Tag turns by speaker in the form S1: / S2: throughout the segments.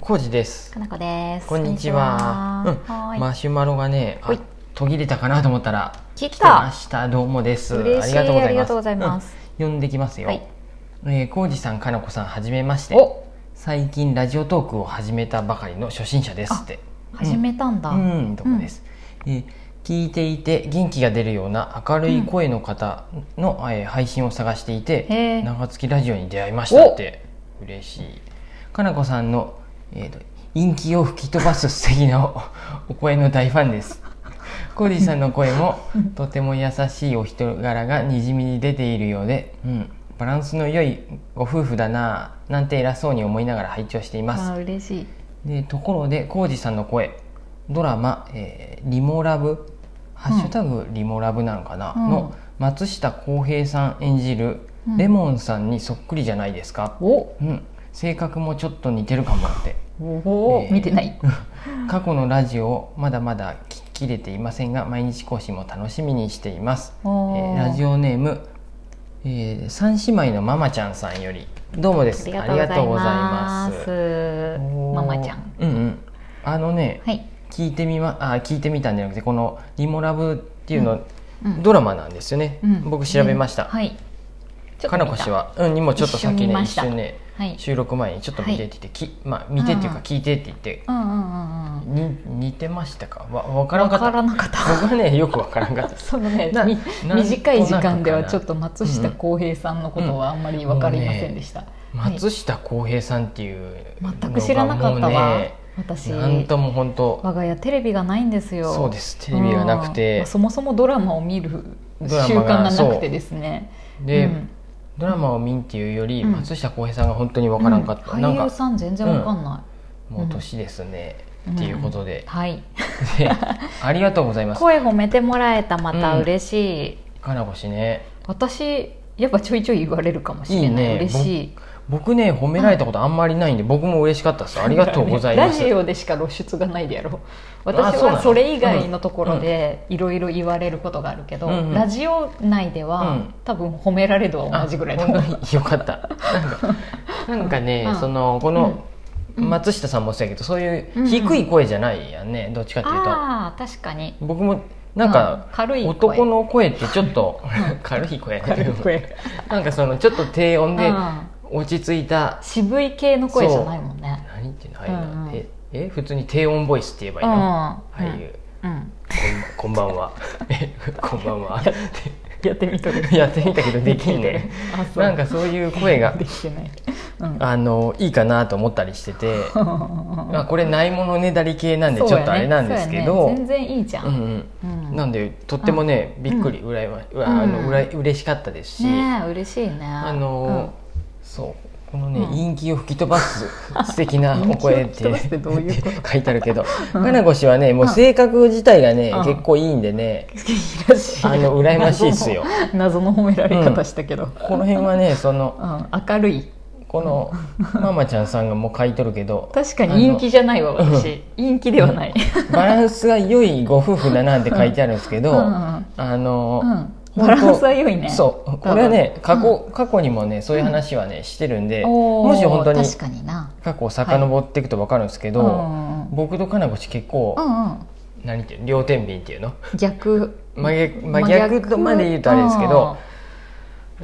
S1: コウジです
S2: かなこです。
S1: こんにちは
S2: こんにちは
S1: う
S2: は
S1: ん
S2: ーい
S1: マシュマロがねあ
S2: ほい
S1: 途切れたかなと思ったら
S2: 来
S1: 来てま
S2: た。
S1: したどうもです
S2: 嬉しい
S1: あ
S2: あ
S1: り
S2: り
S1: が
S2: が
S1: と
S2: と
S1: うご
S2: う
S1: ざ
S2: ござ
S1: い
S2: い
S1: ま
S2: ますす、
S1: うん呼んできますよ、
S2: はい
S1: えー、コウジさんかなこさんはじめまして
S2: お、
S1: 最近ラジオトークを始めたばかりの初心者ですって
S2: 始めたんだ。
S1: うん、うんとこです、えー聞いていて元気が出るような明るい声の方の、えー配信を探していて、
S2: へー
S1: 長月ラジオに出会いましたって嬉しいかなこさんの、えーと陰気を吹き飛ばす素敵なお お声の大ファンですコージーさんの声もとても優しいお人柄がにじみに出ているようで、うん、バランスの良いご夫婦だなぁなんて偉そうに思いながら拝聴しています
S2: あー、嬉しい。
S1: でところで浩二さんの声ドラマ「えーリモラブ」「ハッシュタグリモラブ」なのかな、
S2: うん
S1: の松下洸平さん演じる
S2: うん
S1: レモンさんにそっくりじゃないですか、
S2: お、
S1: うん、性格もちょっと似てるかもって
S2: お
S1: え
S2: ー、
S1: ー
S2: 見てない。
S1: 過去のラジオをまだまだ聞き切れていませんが毎日更新も楽しみにしています、えーラジ
S2: オ。
S1: オネーム、えー三姉妹のママちゃんさんよりどうもです
S2: ありがとうございます。
S1: おー
S2: ママちゃん。
S1: うんうんあのね、
S2: はい。
S1: 聞いてみまあ聞いてみたんじゃなくてこの「リモラブ」っていうの、
S2: うん
S1: ドラマなんですよね、
S2: うん
S1: 僕調べました、
S2: うんはい。ちょっと見た
S1: かなこ氏。は、うん、にもちょっとさっき
S2: 一緒に
S1: ね
S2: 見ま
S1: 一
S2: した
S1: 瞬ね
S2: はい。
S1: 収録前にちょっと見てって言って、きまあ、見てっていう
S2: うん
S1: か聞いてって言って、
S2: うんうんうんうん。
S1: に似てましたかわ分からん
S2: わ
S1: かっ
S2: か
S1: た
S2: らなかった。
S1: 僕はねよく分からんかった
S2: そのね
S1: な
S2: み
S1: なん
S2: 短い時間では
S1: となくかな
S2: ちょっと松下洸平さんのことはあんまりわかりませんでした。 はい
S1: 松下洸平さんっていうのが
S2: 全く知らなかった
S1: もう
S2: わ
S1: ね。
S2: 私。
S1: なんとも本当
S2: 我が家テレビがないんですよ
S1: そうですテレビがなく
S2: うん
S1: て
S2: まあ、そもそもドラマを見る
S1: ド
S2: 習
S1: ラマが
S2: 慣がなくてですね
S1: で、
S2: うん
S1: ドラマを見んっていうより、
S2: うん
S1: 松下洸平さんが本当に分からんかった、
S2: うん
S1: なん
S2: 俳優
S1: か
S2: さん全然わかんな
S1: もう年ですね、
S2: うん
S1: っていうことで
S2: い、,、はい
S1: でありがとうございます
S2: 声褒めてもらえたまた
S1: うん
S2: 嬉しい、
S1: かなこしね
S2: 私やっぱちょいちょい言われるかもしれない
S1: いね
S2: 嬉しい
S1: 僕ね褒められたことあんまりないんで、僕も嬉しかったですありがとうございます
S2: ラジオでしか露出がないでやろう私
S1: そうなの
S2: はそれ以外のところでいろいろ言われることがあるけど、
S1: うんうん
S2: ラジオ内では、
S1: うん
S2: 多分褒められるは同じぐらいだ
S1: あ
S2: と思う
S1: 本 当によかったなんかなんかね、
S2: うん
S1: そのこの、
S2: うん
S1: 松下さんもそうやけどそうい
S2: うんう
S1: うん低い声じゃないやんねどっちかっていうと、
S2: ああ確かに
S1: 僕もなんか、
S2: うん軽い声
S1: 男の声ってちょっと 軽い声やね
S2: 軽い声
S1: なんかそのちょっと低音で
S2: うん
S1: 落ち着いた、
S2: 渋い系の声じゃないもんね
S1: 何っていうのああいうの
S2: うんうん
S1: ええ普通に低音ボイスって言えばいいの、あ
S2: あ
S1: あいう、
S2: うん
S1: こんばんこんばん はえこんばんは
S2: やってみとる
S1: やってみたけどできんね
S2: あそう
S1: なんかそういう声が
S2: できてないうん
S1: あのいいかなと思ったりしてて、まあ、これないものねだり系なんでち
S2: そうや
S1: ょっ
S2: ね
S1: とあれなんですけ
S2: そう
S1: ど
S2: やね全然いいじゃ
S1: うん
S2: ん
S1: うん、
S2: うん
S1: なんでとってもねびっくりうらやまうわあのうら嬉しかったですし、
S2: ねえ嬉しいね
S1: あ
S2: あ
S1: のーそうこのね、
S2: うん
S1: 陰気を吹き飛ばす素敵なお声っ
S2: 陰気を吹き飛ばすって
S1: て
S2: どういうこ
S1: 書いてあるけど金越はねもう性格自体がね、
S2: うん
S1: 結構いいんでね、
S2: らしい
S1: あの羨ましいっすよ
S2: 謎の謎の褒められ方したけど
S1: この辺は ねその
S2: うん明るい
S1: このママちゃんさんがもう書いとるけど
S2: 確かに陰気じゃないわ
S1: あの
S2: 私陰気ではない
S1: バランスが良いご夫婦だなんて書いてあるんですけど、
S2: うん
S1: あの
S2: う
S1: ー、
S2: んバランスは良いね
S1: そうこれはね過去過去にもねそういう話はねしてるんで、もし本当に
S2: 確かにな
S1: 過去を遡っていくと分かるんですけど、
S2: うん
S1: 僕と金越結構、
S2: うんうん
S1: 何て言うの両天秤っていうの
S2: 逆
S1: 真逆真逆とまで言うとあれですけど、
S2: うん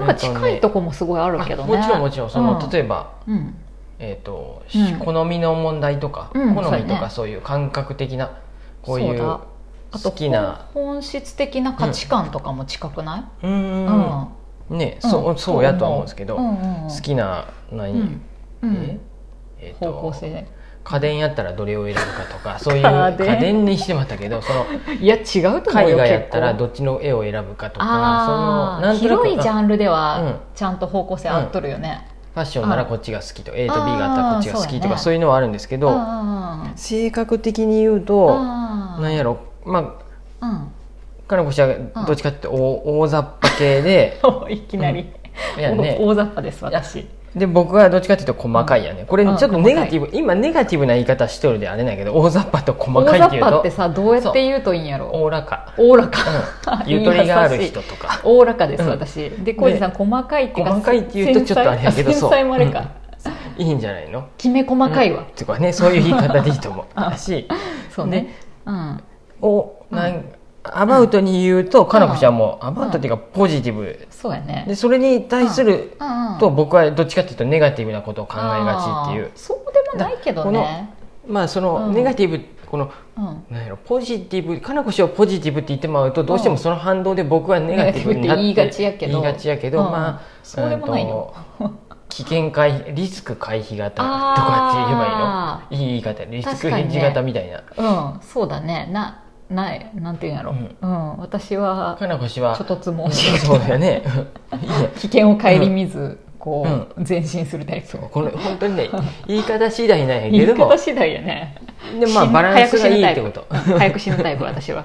S2: なんか近いとこもすごいあるけどね
S1: もちろんもちろんその、例
S2: え
S1: えば、
S2: ば、うん
S1: えーと
S2: うん
S1: 好みの問題とか、
S2: うん
S1: 好み
S2: そ
S1: と
S2: う
S1: か
S2: ね
S1: そういう感覚的なこうい
S2: そう
S1: う
S2: だあと
S1: 好きな
S2: 本本質的な価値観とかも近くな
S1: う
S2: い、
S1: ー
S2: うん
S1: んねそうそうやとは思うんですけど、好
S2: 好
S1: きな何、
S2: うんうん
S1: ええー
S2: 方
S1: と
S2: 向性
S1: 家電やったらどれを選ぶかと かそういう家
S2: 家
S1: 電
S2: 電
S1: にしてまったけどその
S2: いや違うと思う
S1: 絵
S2: よ
S1: 画やったら
S2: 結構
S1: どっちの絵を選ぶかとか
S2: ああ
S1: そのなんと
S2: 広い
S1: なく
S2: ジャンルで
S1: うん
S2: はちゃんと方向性合っとるよね、
S1: ファッションならこっちが好きと A と B
S2: あー
S1: があったらこっちが好きとか
S2: そ
S1: そうういうのはあるんですけ
S2: うん、
S1: ど性格的に言うとなんやろまあ
S2: うん
S1: 彼女はどっちかっていうと大大雑把系で
S2: うん、 いきなり、
S1: いやね
S2: 大大雑把です私
S1: で僕はどっちかっていうと細かいやねこれちょっと
S2: うん
S1: ネガティブ今ネガティブな言い方しとるであれなんやけど大雑把と細かい
S2: 大
S1: って
S2: 雑
S1: いうと
S2: 把ってさどうやって言うといいんやろ
S1: おおらか
S2: おおらか、
S1: ゆとりがある人とか
S2: おおらかです、
S1: うん
S2: 私で浩二さん細かいってうか
S1: 細かいって言うとちょっとあれやけど
S2: 繊細
S1: そう
S2: 繊細もあれか、
S1: いいんじゃないの
S2: きめ細かいわ、
S1: うんとかねそういう言い方でいいと思う
S2: あ
S1: だし
S2: そうねうん
S1: をなん、アバウトに言うとかなこちゃんもアバウトっていうかポジティブ
S2: そうやね
S1: でそれに対する
S2: うんうん
S1: と僕はどっちかっていうとネガティブなことを考えがちってい
S2: あ
S1: う
S2: ーそうでもないけどね
S1: まあその
S2: うん
S1: ネガティブこの
S2: うん
S1: なんやろポジティブかなこ氏をポジティブって言ってもらうとどうしてもその反動で僕はネガティブになって
S2: ネガティブって言いがちやけど
S1: 言いがちやけど
S2: うん
S1: まあ
S2: そうでもないよ
S1: うんと危険回避リスク回避型とかって言えばいいのいい言い方リスクヘッジ型みたいな
S2: うんそうだねなないなんていうんやろ
S1: うん
S2: うん私は
S1: かなこ氏は
S2: ちょっとつも
S1: そうだよね いいね
S2: 危険を顧みずこう前進するタイプ
S1: この本当にね言い方次第なんや
S2: 言
S1: け
S2: い
S1: ども
S2: 方次第やね
S1: でもまあ
S2: 死ぬ
S1: バランスがいいってこと
S2: 早く死ぬタイプ早く死ぬタイプ私 は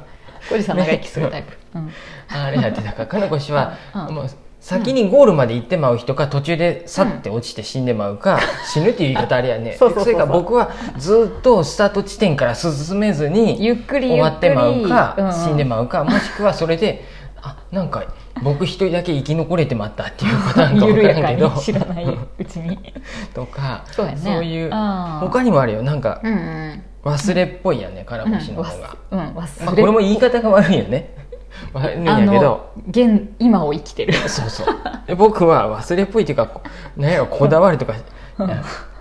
S2: 小路さん長生きするタイプ、うん
S1: あれやってだからかなこ氏は
S2: うんうん
S1: もう先にゴールまで行ってまう人か途中でさって落ちて死んでまうか、死ぬっていう言い方あれやね
S2: そうそうそうそう
S1: れから僕はずっとスタート地点から進めずに
S2: ゆっくり
S1: 終
S2: ゆ
S1: わ
S2: っ
S1: っ
S2: くり
S1: てまうか
S2: う
S1: 死んでまうかもしくはそれであなんか僕一人だけ生き残れてまったっていうことなんか分
S2: 緩
S1: からん
S2: やか
S1: けど
S2: に知らないうちに
S1: とか
S2: そうやね
S1: いう
S2: あー
S1: 他にもあるよなんか
S2: うんうん
S1: 忘れっぽいやねかな
S2: うん
S1: こ氏の方が、
S2: うん忘
S1: まあ、
S2: れ
S1: これも言い方が悪いよね 悪いん
S2: あ
S1: やけど
S2: の現今を生きてる
S1: そうそうで僕は忘れっぽいというかこなんやろこだわると か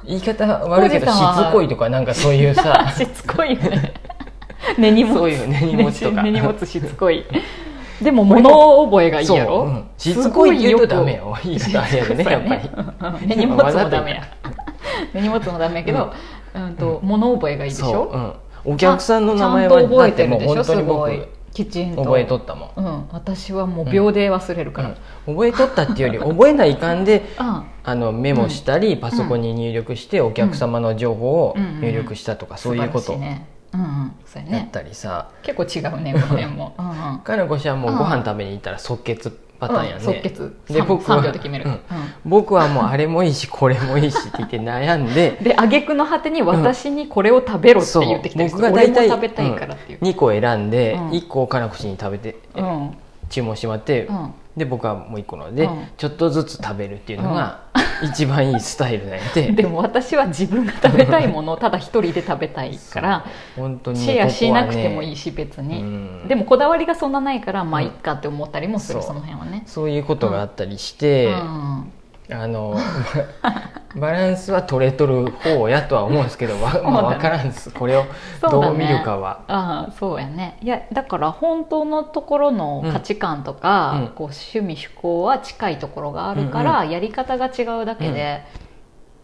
S1: 言い方悪いけど
S2: お
S1: し
S2: じさんは
S1: つこいとかなんかそう いうさ
S2: しつこいよね根に持つ
S1: そういう根に持つとか
S2: 根に持つしつ こいでも物覚えがいいやろ、
S1: そううんしつこい言うとダメよ言い
S2: すご
S1: 方
S2: い
S1: あれや
S2: よ
S1: で
S2: く
S1: ねやっぱり
S2: ぱ り根に持つもダメや根に持つもダメやけど、うんと物覚えがいいでし
S1: そう、
S2: ょ
S1: うん、お客さんの名前
S2: ちゃ
S1: は
S2: んと覚
S1: だ
S2: え
S1: って
S2: て
S1: も
S2: る
S1: う
S2: でしょ
S1: 本当
S2: す
S1: に
S2: ご
S1: 僕
S2: いきちんと
S1: 覚えとったもん、
S2: うん、私はもう秒で忘れるから、
S1: うん覚えとったっていうより覚えないかんで
S2: あ
S1: あのメモしたり、パソコンに入力してお客様の情報を
S2: うん
S1: 入力したとか、
S2: あ
S1: そういうこ
S2: 素晴らし
S1: と
S2: ねうんうんそうや
S1: やっ
S2: ね
S1: たりさ、
S2: 結構違うねこれも、 うんうん、
S1: かなこ氏はもうご飯食べに行ったら即決パターンやね、
S2: うん即決
S1: で
S2: 3
S1: 僕は
S2: 秒で決める、
S1: う
S2: うん
S1: ん僕はもうあれもいいしこれもいいしって言って悩ん で
S2: で挙句の果てに私にこれを食べろって言ってきたりする、俺も食べたいからっていう、
S1: 2個選んで、
S2: うん
S1: 1個をかなこ氏に食べて
S2: うんうん
S1: 注文してもらって、で僕はもう1個ので、
S2: うん
S1: ちょっとずつ食べるっていうのが 一番いいスタイルなんやで
S2: でも私は自分が食べたいものをただ一人で食べたいから
S1: 本当にね
S2: シェアしなくてもいい
S1: こ
S2: し別
S1: こはね
S2: に、
S1: うん
S2: でもこだわりがそんなないからまあ
S1: うん
S2: いっかって思ったりもする、
S1: そう
S2: その辺はね、
S1: そういうことがあったりして、
S2: うん
S1: あの バランスは取れとる方やとは思うんですけどわ、まあ、分からんですこれを
S2: そうだ
S1: どう見
S2: ね
S1: るかは。
S2: ああそうやねいやだから本当のところの価値観とか、
S1: うんうん
S2: こう趣味趣向は近いところがあるから、やり方が違うだけで、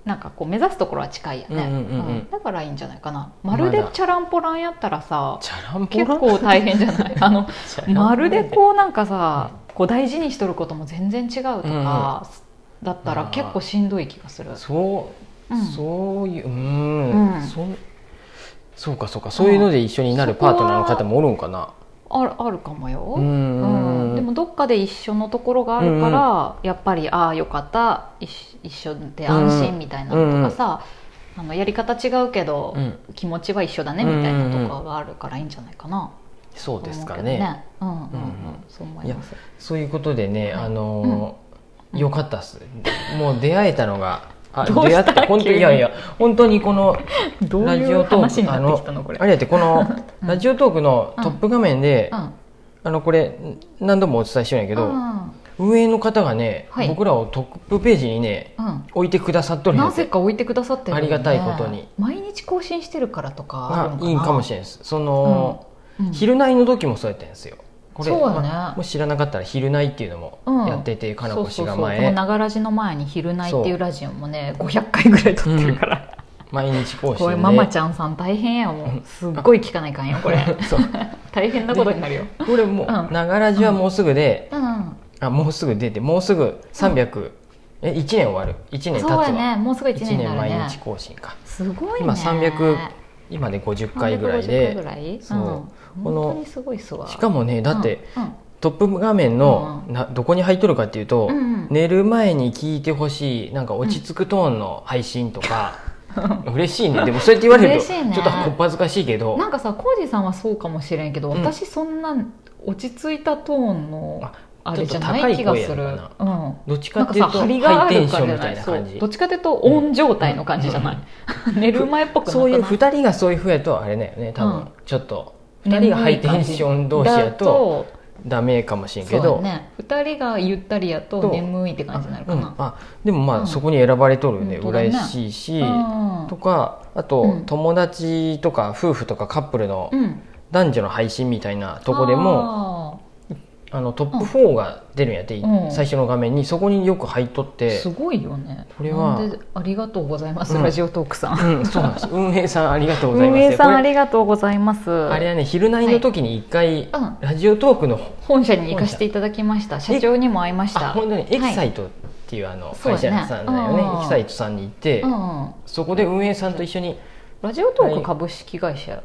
S2: なんかこう目指すところは近いよね、
S1: うんうんうんうん
S2: だからいいんじゃないかな
S1: ま
S2: ま
S1: だ
S2: るでチャランポランやったらさ
S1: チャランポ
S2: 結
S1: ラン
S2: 構大変じゃないあの
S1: チャランポラン
S2: まるでこうなんかさこう大事にしとることも全然違うとか、だったら結構しんどい気がする。
S1: そう、
S2: うん
S1: そういううーん、
S2: うん
S1: そそうかそうかそういうので一緒になるパートナーの方もおるんかな
S2: あるあるかもよ、
S1: うーん
S2: うんでもどっかで一緒のところがあるから、やっぱりああよかった一緒一緒で安心みたいなのとかさ、あのやり方違うけど、
S1: うん
S2: 気持ちは一緒だねみたいなとかがあるからいいんじゃないかな、
S1: そうですかね
S2: と思うけどねうんうん
S1: うん
S2: う
S1: うん
S2: んそう思います
S1: そういうことでねあのーよかったっすもう出会えたのがあ
S2: どうした
S1: 出会った本当
S2: 急
S1: に
S2: に
S1: いやいや本当にこの
S2: どう
S1: ラ
S2: い
S1: ジ
S2: う
S1: オト
S2: 話
S1: ー
S2: に
S1: クあ
S2: なってきたの
S1: の
S2: これ
S1: あれやってこ のラジオトークのトップ画面で、
S2: うん
S1: あのこれ何度もお伝えしてるんやけど、
S2: うん
S1: 運営の方がね、
S2: はい
S1: 僕らをトップページにね
S2: う
S1: 置いてくださっと
S2: ん、
S1: るんや
S2: な
S1: て
S2: ぜか置いてくださってるよね
S1: ありがたいことに
S2: 毎日更新してるからとかある
S1: ま
S2: の
S1: あいいんかも
S2: れ
S1: しれないですその、
S2: ない、うん
S1: 昼内の時もそうやったんですよこれ
S2: そうやね
S1: まあもし知らなかったら「昼内」っていうの
S2: うん
S1: もやってて、かな
S2: そ
S1: こ
S2: うそ
S1: 氏
S2: うそ
S1: が
S2: う
S1: 前
S2: この長らじの前に「昼ない」っていうラジオもね500回ぐらい撮ってるから、
S1: 毎日更新
S2: こ
S1: で
S2: れママちゃんさん大変やもうすっごい聞かないかんよこれ
S1: そう
S2: 大変なことになるよ、
S1: これもう
S2: うん
S1: 長ラジはもうすぐで、
S2: うん、
S1: あもうすぐ出てもうすぐ300、え1年終わる1年経つ
S2: そう
S1: わ、
S2: やねもうすぐ1
S1: 1
S2: 年にな
S1: 年
S2: るね
S1: 毎日更新か、
S2: すごいね
S1: 今300今で50回ぐらい
S2: 350ぐ
S1: で
S2: らい
S1: そう
S2: うん、
S1: この
S2: 本当にすごいっすわ
S1: しかもねだって、、
S2: うんうん
S1: トップ画面の、
S2: う
S1: などこに入っとるかっていうと、
S2: うんうん
S1: 寝る前に聞いてほしいなんか落ち着くトーンの配信とか、嬉しいねでもそうやって言われると、
S2: 嬉しいね
S1: ちょっとこっぱずかしいけど
S2: なんかさ浩二さんはそうかもしれんけど
S1: うん
S2: 私そんな落ち着いたトーンの
S1: あ
S2: あれじゃない気がす
S1: ちょっ
S2: る
S1: と高い声やのか
S2: うん
S1: どっち
S2: な
S1: かっ
S2: んか
S1: ていう
S2: さ
S1: と
S2: 張
S1: ハ
S2: りがあ
S1: イテ
S2: る
S1: ンシ
S2: か
S1: ョン
S2: じゃ
S1: みた
S2: ない
S1: ない
S2: そう
S1: 感じ
S2: どっちかというとオン状態の感じじゃない、 寝る前っぽくな
S1: そういう
S2: かな
S1: 2人がそういうふうやとあれだよね多
S2: うん
S1: 分ちょっと2人がハイテンション同士やとダメかもしれんけ
S2: だと
S1: ど
S2: そうだね2人がゆったりやと
S1: と
S2: 眠いって感じになるか
S1: うん
S2: な、
S1: あでもま
S2: う
S1: あ
S2: ん
S1: そこに選ばれとるよね
S2: 本当だね
S1: 嬉しいし
S2: うん
S1: とかあ
S2: う
S1: と
S2: ん
S1: 友達とか夫婦とかカップルの
S2: うん
S1: 男女の配信みたいなとこでもあのトップ4が出るんやって
S2: うん
S1: 最初の画面にそこによく入っとっ
S2: あー
S1: て
S2: すごいよね
S1: これは
S2: なんでありがとうございます、
S1: うん
S2: ラジオトークさん
S1: うんそうなん です運営さんありがとうございます
S2: 運営さんあ
S1: こ
S2: りがとうございます
S1: れあれはね「昼ナイの時に一回
S2: はいうん
S1: ラジオトークの
S2: 本社に行かせていただきました社長にも会いまし
S1: あ
S2: た
S1: 本当にエキサ
S2: イ
S1: イトっていうあの
S2: そう
S1: 会
S2: だね
S1: 社さんだよね
S2: うん
S1: エキサイトさんに行ってそこで運営さんと一緒に
S2: ラジオトーク株式会社、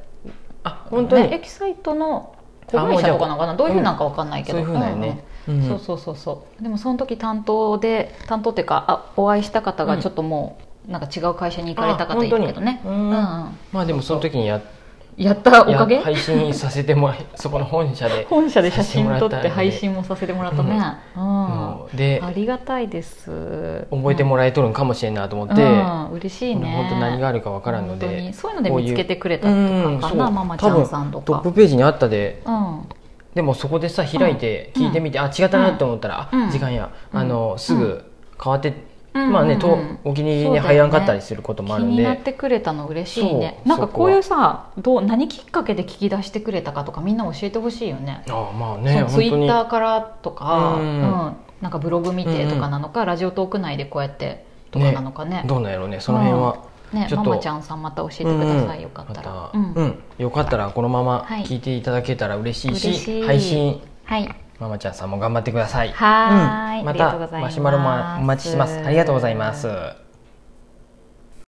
S1: あ本当に
S2: ねエキサイトの子会社とかなのかなどういうふうなんかわかんないけ
S1: そう
S2: ど、
S1: いうふうなんよね
S2: うんうん
S1: うん
S2: そうそうそうそうでもその時担当で担当っていうかあお会いした方がちょっともう、なんか違う会社に行かれた
S1: あ
S2: 方
S1: 本
S2: い
S1: 当
S2: る
S1: に
S2: けどね、
S1: う
S2: うん
S1: んまあでもその時にや
S2: うんやったおかげ
S1: や配信させてもらい そこの本社で
S2: 本社で写真撮
S1: させ
S2: っ
S1: もらん
S2: て
S1: で
S2: 配信もさせてもらったね、うん
S1: もうで
S2: ありがたいです
S1: 覚えてもらえとるんかもしれんなと思って
S2: うんうん嬉しいね
S1: 本当何があるかわからんの
S2: 本当に
S1: で
S2: そういうので
S1: こう
S2: 見
S1: いう
S2: つけてくれた
S1: う
S2: と
S1: ん
S2: かか
S1: そ
S2: な
S1: う
S2: ママち
S1: 多
S2: ゃん
S1: 分
S2: さんと
S1: ト
S2: か
S1: ップページにあったで
S2: うん
S1: でもそこでさ開いて
S2: うん
S1: 聞いてみてあ違ったなと思ったら
S2: うん
S1: あ時間や
S2: うん
S1: あのす
S2: う
S1: ぐ変わって
S2: うん
S1: まあね
S2: うん
S1: と
S2: うん
S1: お気に入りに入らんかったりすることもあ
S2: 気
S1: るん
S2: にな
S1: で
S2: ってくれたの嬉しいね
S1: そう
S2: なんかこういうさどう何きっかけで聞き出してくれたかとかみんな教えてほしいよね
S1: あまあね
S2: ツイ
S1: 本当
S2: ッ
S1: に
S2: ターからと
S1: うん
S2: か、うんなんかブログ見てとかなのか、ラジオトーク内でこうやってとかなのかね
S1: どうなんやろうねその辺は
S2: ね
S1: ちょ
S2: マ
S1: っと
S2: マちゃんさんまた教えてください、
S1: うん
S2: よかったら
S1: ま、たうんよかったらこのまま
S2: はい
S1: 聞いていただけたら嬉しい
S2: 嬉し
S1: し
S2: い
S1: 配信
S2: はい
S1: ママちゃんさんも頑張ってください
S2: はー
S1: う
S2: い、
S1: ん
S2: あ
S1: ま
S2: りがと
S1: た
S2: うございます
S1: マシュマロもお待ちしてますありがとうございます